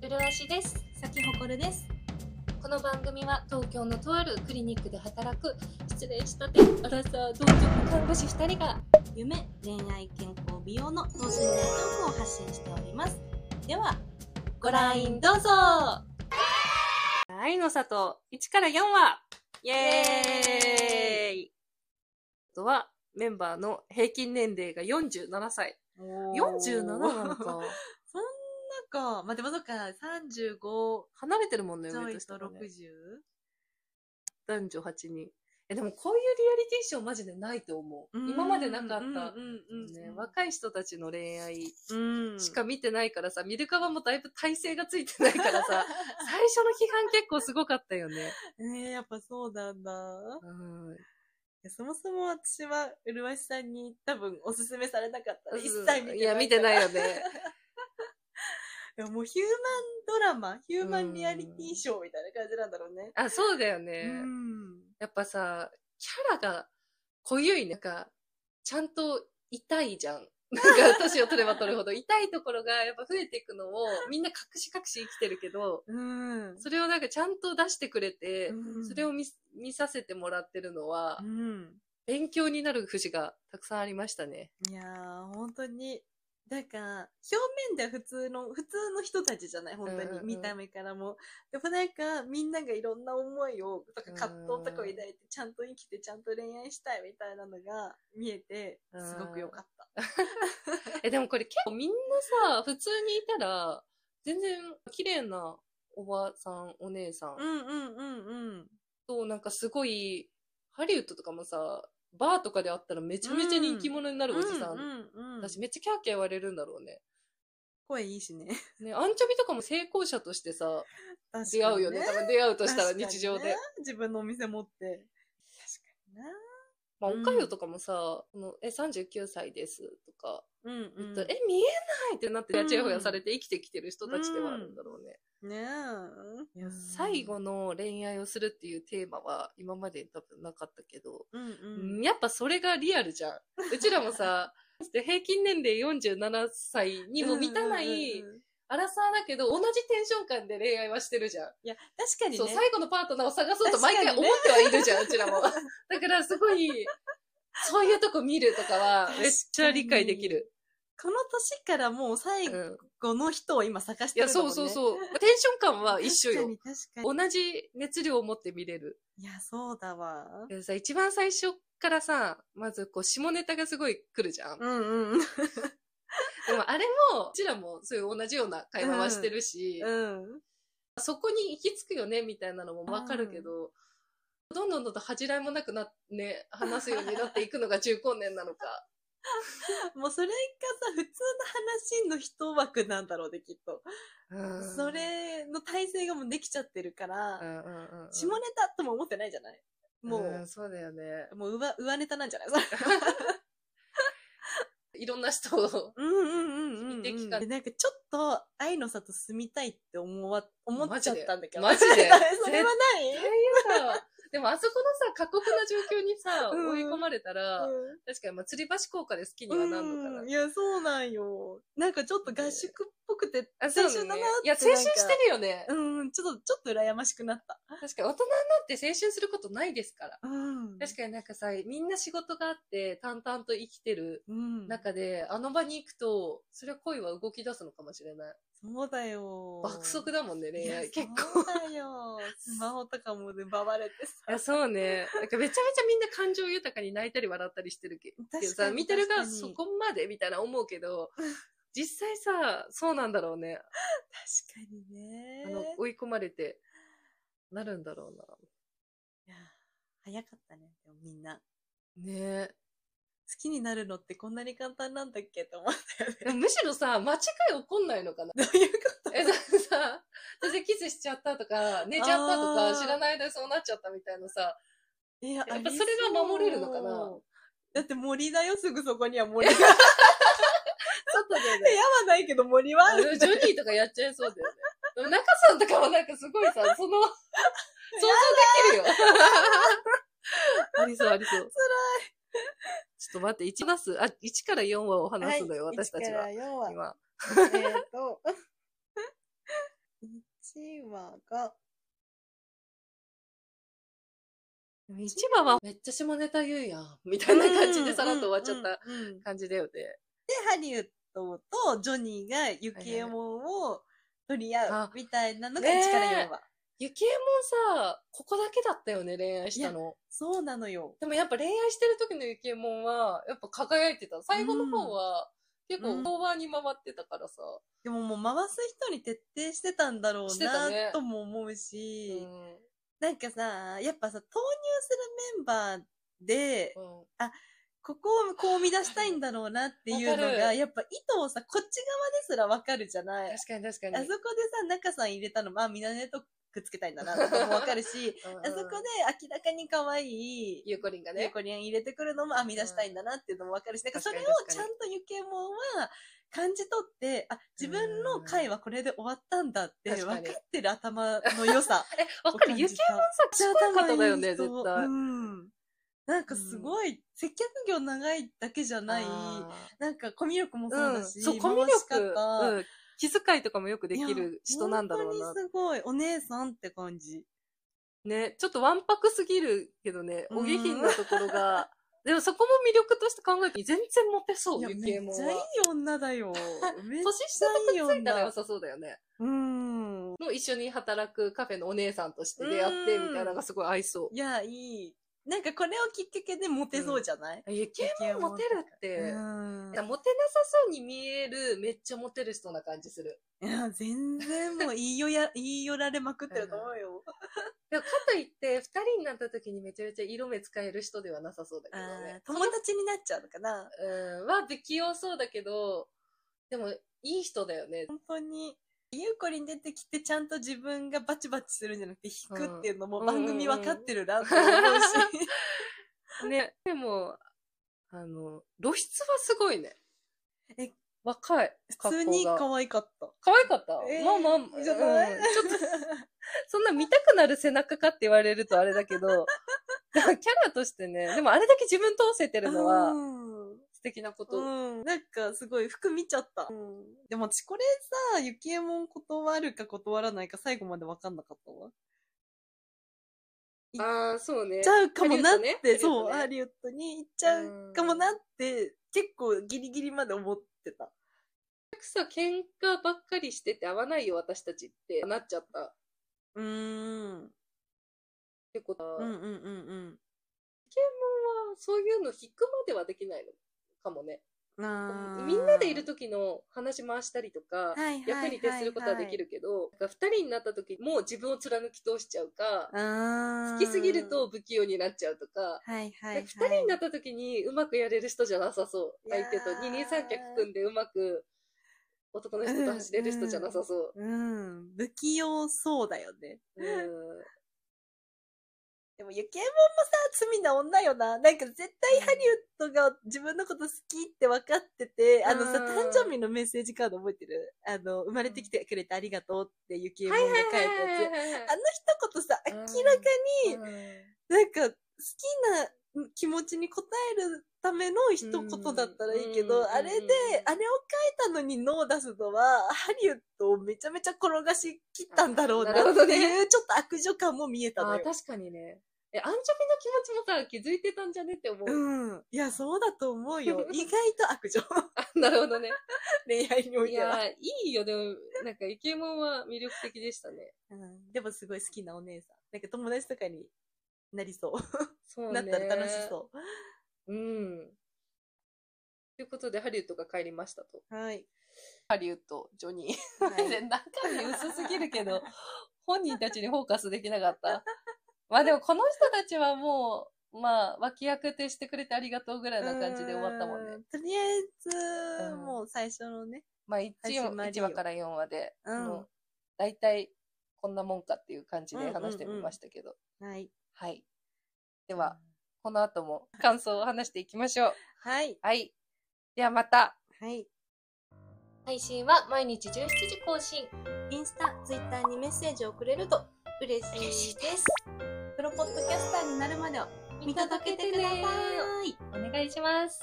ブルワシです咲ほこるです。この番組は東京のとあるクリニックで働く失礼したてアラサー同族看護師2人が夢、恋愛、健康、美容の等身大トークを発信しております。では、ご覧どうぞ愛の里1から4話イエーイあとはメンバーの平均年齢が47歳47 47ななのの か。かか、まあ、でもそっか、35離れてるもん ねちょ上いと下とがね 60? 男女8人えでもこういうリアリティショーマジでないと思う今までなかった、うんうんうんね、若い人たちの恋愛うんしか見てないからさ、見る側もだいぶ体勢がついてない からさ最初の批判結構すごかったよね。ねえ、やっぱそうなんだ。いうんやそもそも私は、うるわしさんに多分おすすめされなかった。一切見てないから。いや見てないよね。 いやもうヒューマンドラマ、ヒューマンリアリティショーみたいな感じなんだろうね。あそうだよね、うん。やっぱさキャラが濃ゆいなんかちゃんと痛いじゃん。なんか年を取れば取るほど痛いところがやっぱ増えていくのをみんな隠し隠し生きてるけどうん。それをなんかちゃんと出してくれて、うんそれを見見させてもらってるのは、うん。勉強になる節がたくさんありました ね。いやー、本当に。なんか、表面では普通の、普通の人たちじゃない、本当うんうんに。うん見た目からも。でもなんか、みんながいろんな思いを、とか葛藤とかを抱いて、ちゃんと生きて、ちゃんと恋愛したいみたいなのが見えて、うんすごく良かった。え、でもこれ結構みんなさ、普通にいたら、全然綺麗なおばさん、お姉さんんうんうんうん。と、なんかすごい、ハリウッドとかもさ、バーとかで会ったらめちゃめちゃ人気者になるおじさん。うんうん、私めっちゃキャーキャー言われるんだろうね。声いい しね。ね、アンチョビとかも成功者としてさ、確かに出会うよね。多分出会うとしたら確かにね日常で。自分のお店持って。確かにな。まあ、うんおかよとかもさ、このえ、39歳ですとか、うん、言ったらえ、見えないってなって、うんちやほやされて生きてきてる人たちではあるんだろうね。ねえ。最後の恋愛をするっていうテーマは今まで多分なかったけど、うんうん。やっぱそれがリアルじゃん。うちらも さ、平均年齢47歳にも満たなうんいうんうんうんアラサーだけど同じテンション感で恋愛はしてるじゃん。いや、確かにそう、ね。最後のパートナーを探そうと確毎かに回ね思ってはいるじゃん、うちらも。 だからすごい、そういうとこ見るとかはめっちゃ理解できる。この年からもう最うん。後の人を今探しいてや、るんだもそん、うね。そうう。そう。テンション感は一緒よ。確かに確かに。同じ熱量を持って見れる。いや、そうだわ。でもさ、一番最初からさ、まずこう、下ネタがすごい来るじゃん。うんうん。でもあれも、うちらもそういう同じような会話はしてるし、うん。そこに行き着くよね、みたいなのもわかるけど、どんどんどんどん恥じらいもなくな、ね、話すようになっていくのが中高年なのか。もうそれがさ、普通の話の一枠なんだろうで、きっと。そ、れの体制がもうできちゃってるから、うんうんうんうん、下ネタとも思ってないじゃないもう、うんそうだよね。もう上、上ネタなんじゃないそれ。 いろんな人を。うんうんうんうん、うん。美的かでなんかちょっと、愛の里住みたいって思わ、思っちゃったんだけど。マジでそれマジで それは大変さ、でもあそこのさ、過酷な状況にさ、うん追い込まれたら、ない確かに、まあ、吊り橋効果で好きにうはんなるのかな。いや、そうなんよ。なんかちょっと合宿っぽくて、あ青そうだね春だなって。いや、青春してるよね。る。うん、ちょっと、ちょっと羨ましくなった。確かに、大人になって青春することないですから。うん確かかになんかさ、みんな仕事があって、淡々と生きてるに。うん。中で、あの場に行くと、それは恋は動き出すのかもしれない。そうだよ。爆速だもんね、恋愛。結そ構う。だ よ。スマホとかもね、ばばれていさ。や、そうね。なんかめちゃめちゃみんな感情豊かに泣いたり笑ったりしてるけど確かにさ、見てる側確かにそこまでみたいな思うけど、実際さ、そうなんだろうね。確かにね。あの、追い込まれて、なるんだろいや早かったね、でもみんな。うな。ね好きになるのってこんなに簡単なんだっけと思ったよね。え。むしろさ、間違い起こんないのかなどうい うことえ、さ、さ、そしてキスしちゃったとか、寝ちゃったとあか、ー知らない間にそうなっちゃったみたいなさ、いや、ぱありうそれが守れるのかなだって森だよ、すぐそこに は森が。部外で屋ね、はないけど森はあある。のジョニーとかやっちゃいそうだよね。でも中さんとかもなんかすごいさ、その、想像できるよ。ありそう、ありそう。辛い。ちょっと待って、1話す、あ、1から4話を話すのよ、私たちは。 1から4話。今。えっと。話が、一話はめっちゃ下ネタ言うやん。みたいな感じでさらっと終わっちゃったうんうんうん感じだよね。で、ハリウッドとジョニーがユキエモンを取り合うみたいなのがあ1からねえ4話。ゆきえもんさ、ここだけだったよね、恋愛したの。そうなのよ。でもやっぱ恋愛してる時のゆきえもんは、やっぱ輝いてた。最後の方は、結う構んオーバーに回ってたからさ。でももう回す人に徹底してたんだろしうてたねなとも思ううん。し、うん。なんかさ、やっぱさ、投入するメンバーで、ここをこう生み出したいんだろうなっていうのわかが、るやっぱ意図をさ、こっち側ですらわかるじゃない。あ確かに確かに。そこでさ、中さん入れたの、まあ、みなねとくっつけたいんだなとかもわかるし、うんうんあそこで明らかに可愛い、ゆうこりんがゆうね。こりん入れてくるのも編み出したいんだなっていうのもわかるし、なんかそれを確かに確ちかゃんにとゆけもんは感じ取って、あ、自分の回はこれで終わったんだって確分かかにってる頭の良さ。え、 わかる。ゆきえもんもんさ、賢い方だよね、絶対う。ん。なんかすごい、接客業長いだけじゃない、あなんかコミュ力もうそうだん、し、そう、コミュ回し力、方うん、気遣いとかもよくできいやる人なんだろう本な当。にすごい、お姉さんって感じ。ね、ちょっとわんぱくすぎるけどね、うんお下品なところが、 でもそこも魅力として考えて、全然モテそ、いうや、ゆめっきえもんちゃいいは。女だよ。めっ年ちゃいいついたら良女。さそうだよね。うん。の一緒に働くカフェのお姉さんとして出会って、うみんたいなのがすごい合いそいや、いい。なんかこれをきっかけでモテそうじゃない、う。ゆきえもんモテるっうて、ん、なんかモテなさそうに見える、めっちゃモテる人な感じする。いや、全然もう言いよや、言 いよられまくってると思うよ。でもかといって、二人になった時にめちゃめちゃ色目使える人ではなさそうだけあどーね。友達になっちゃうのかなうん、は不器用そうだけど、でも、いい人だよね。本当に。ゆうこりん出てきてちゃんと自分がバチバチするんじゃなくて引くっていうのもうん番組わかってるなって思うし。ね、でも、あの、露出はすごいね。え、若い。 普通に格好が可愛かった。可愛かった、えーまあまあ、いいじゃないうんちょっと、そんな見たくなる背中かって言われるとあれだけど、だからキャラとしてね、でもあれだけ自分通せてるのはうん素敵なこと。うん、なんかすごい服見ちゃった。でも、ちこれさ、ゆきえもん断るか断らないか最後まで分かんなかったわ。ああ、そうね行っちゃうかもなっハリウッドて、ねそう、ハハリウッドに行っちゃうかもなって、結構ギリギリまで思ってた。さ、喧嘩ばっかりしてて合わないよ、私たちってなっちゃった。うーん。結構、うんうまんあうんそういうの引くまではできないのかもね。うん。あーみんなでいる時の話回したりとか、はいはいはいは役いに徹することはできるけど、なんか二人になった時もう自分を貫き通しちゃうか、あー好きすぎる、と不器用になっちゃうとか、はいはい、なんか二、人になった時にうまくやれる人じゃなさそう。いやー相手と二人三脚組んでうまく男の人と走れる人じゃなさそう。うん。不器用そうだよね。うんでも、ゆきえもんもさ、罪な女よな。なんか絶対ハリウッドが自分のこと好きって分かってて、あのさ、うん誕生日のメッセージカード覚えてるあの、生まれてきてくれてありがとうってゆきえもんが書いたやつ。あの一言さ、明らかに、なんか、好きな気持ちに応えるための一言だったらいいけど、うんあれうでん、あれを書いたのに脳を出すのは、ハリウッドをめちゃめちゃ転がしきったんだろうあななるほどってねいう、ちょっと悪女感も見えたのあよ。確かにね。え、アンチョビの気持ちもさ、気づいてたんじゃねって思う。うん。いや、そうだと思う よ。意外と悪女。あなるほどね。恋愛においいては。やー、いいよ、でも、なんか、イケモンは魅力的でしたね。うんでもすごい好きなお姉さん。なんか友達とかになりそう。そうなね。。ったら楽しそううん。ということで、ハリウッドが帰りましたと。う。はい。 ハリウッド、ジョニー。 はい中身薄すぎるけ ど、本人たちにフォーカスできなかった。まあでもこの人たちはもう、まあ脇役としてくれてありがとうぐらいな感じで終わったもんねう。。とりあえず、うんもう最初のね、まあ 1, 始まりよ1話から4話で、うんの大体こんなもんかっていう感じうんうでんうん話してみましたけど。はい。はい。では、この後も感想を話していきましょう。はい。はい。ではまた。はい。配信は毎日17時更新。インスタ、ツイッターにメッセージをくれると嬉しいです。プロポッドキャスターになるまでを見届けてください。お願いします。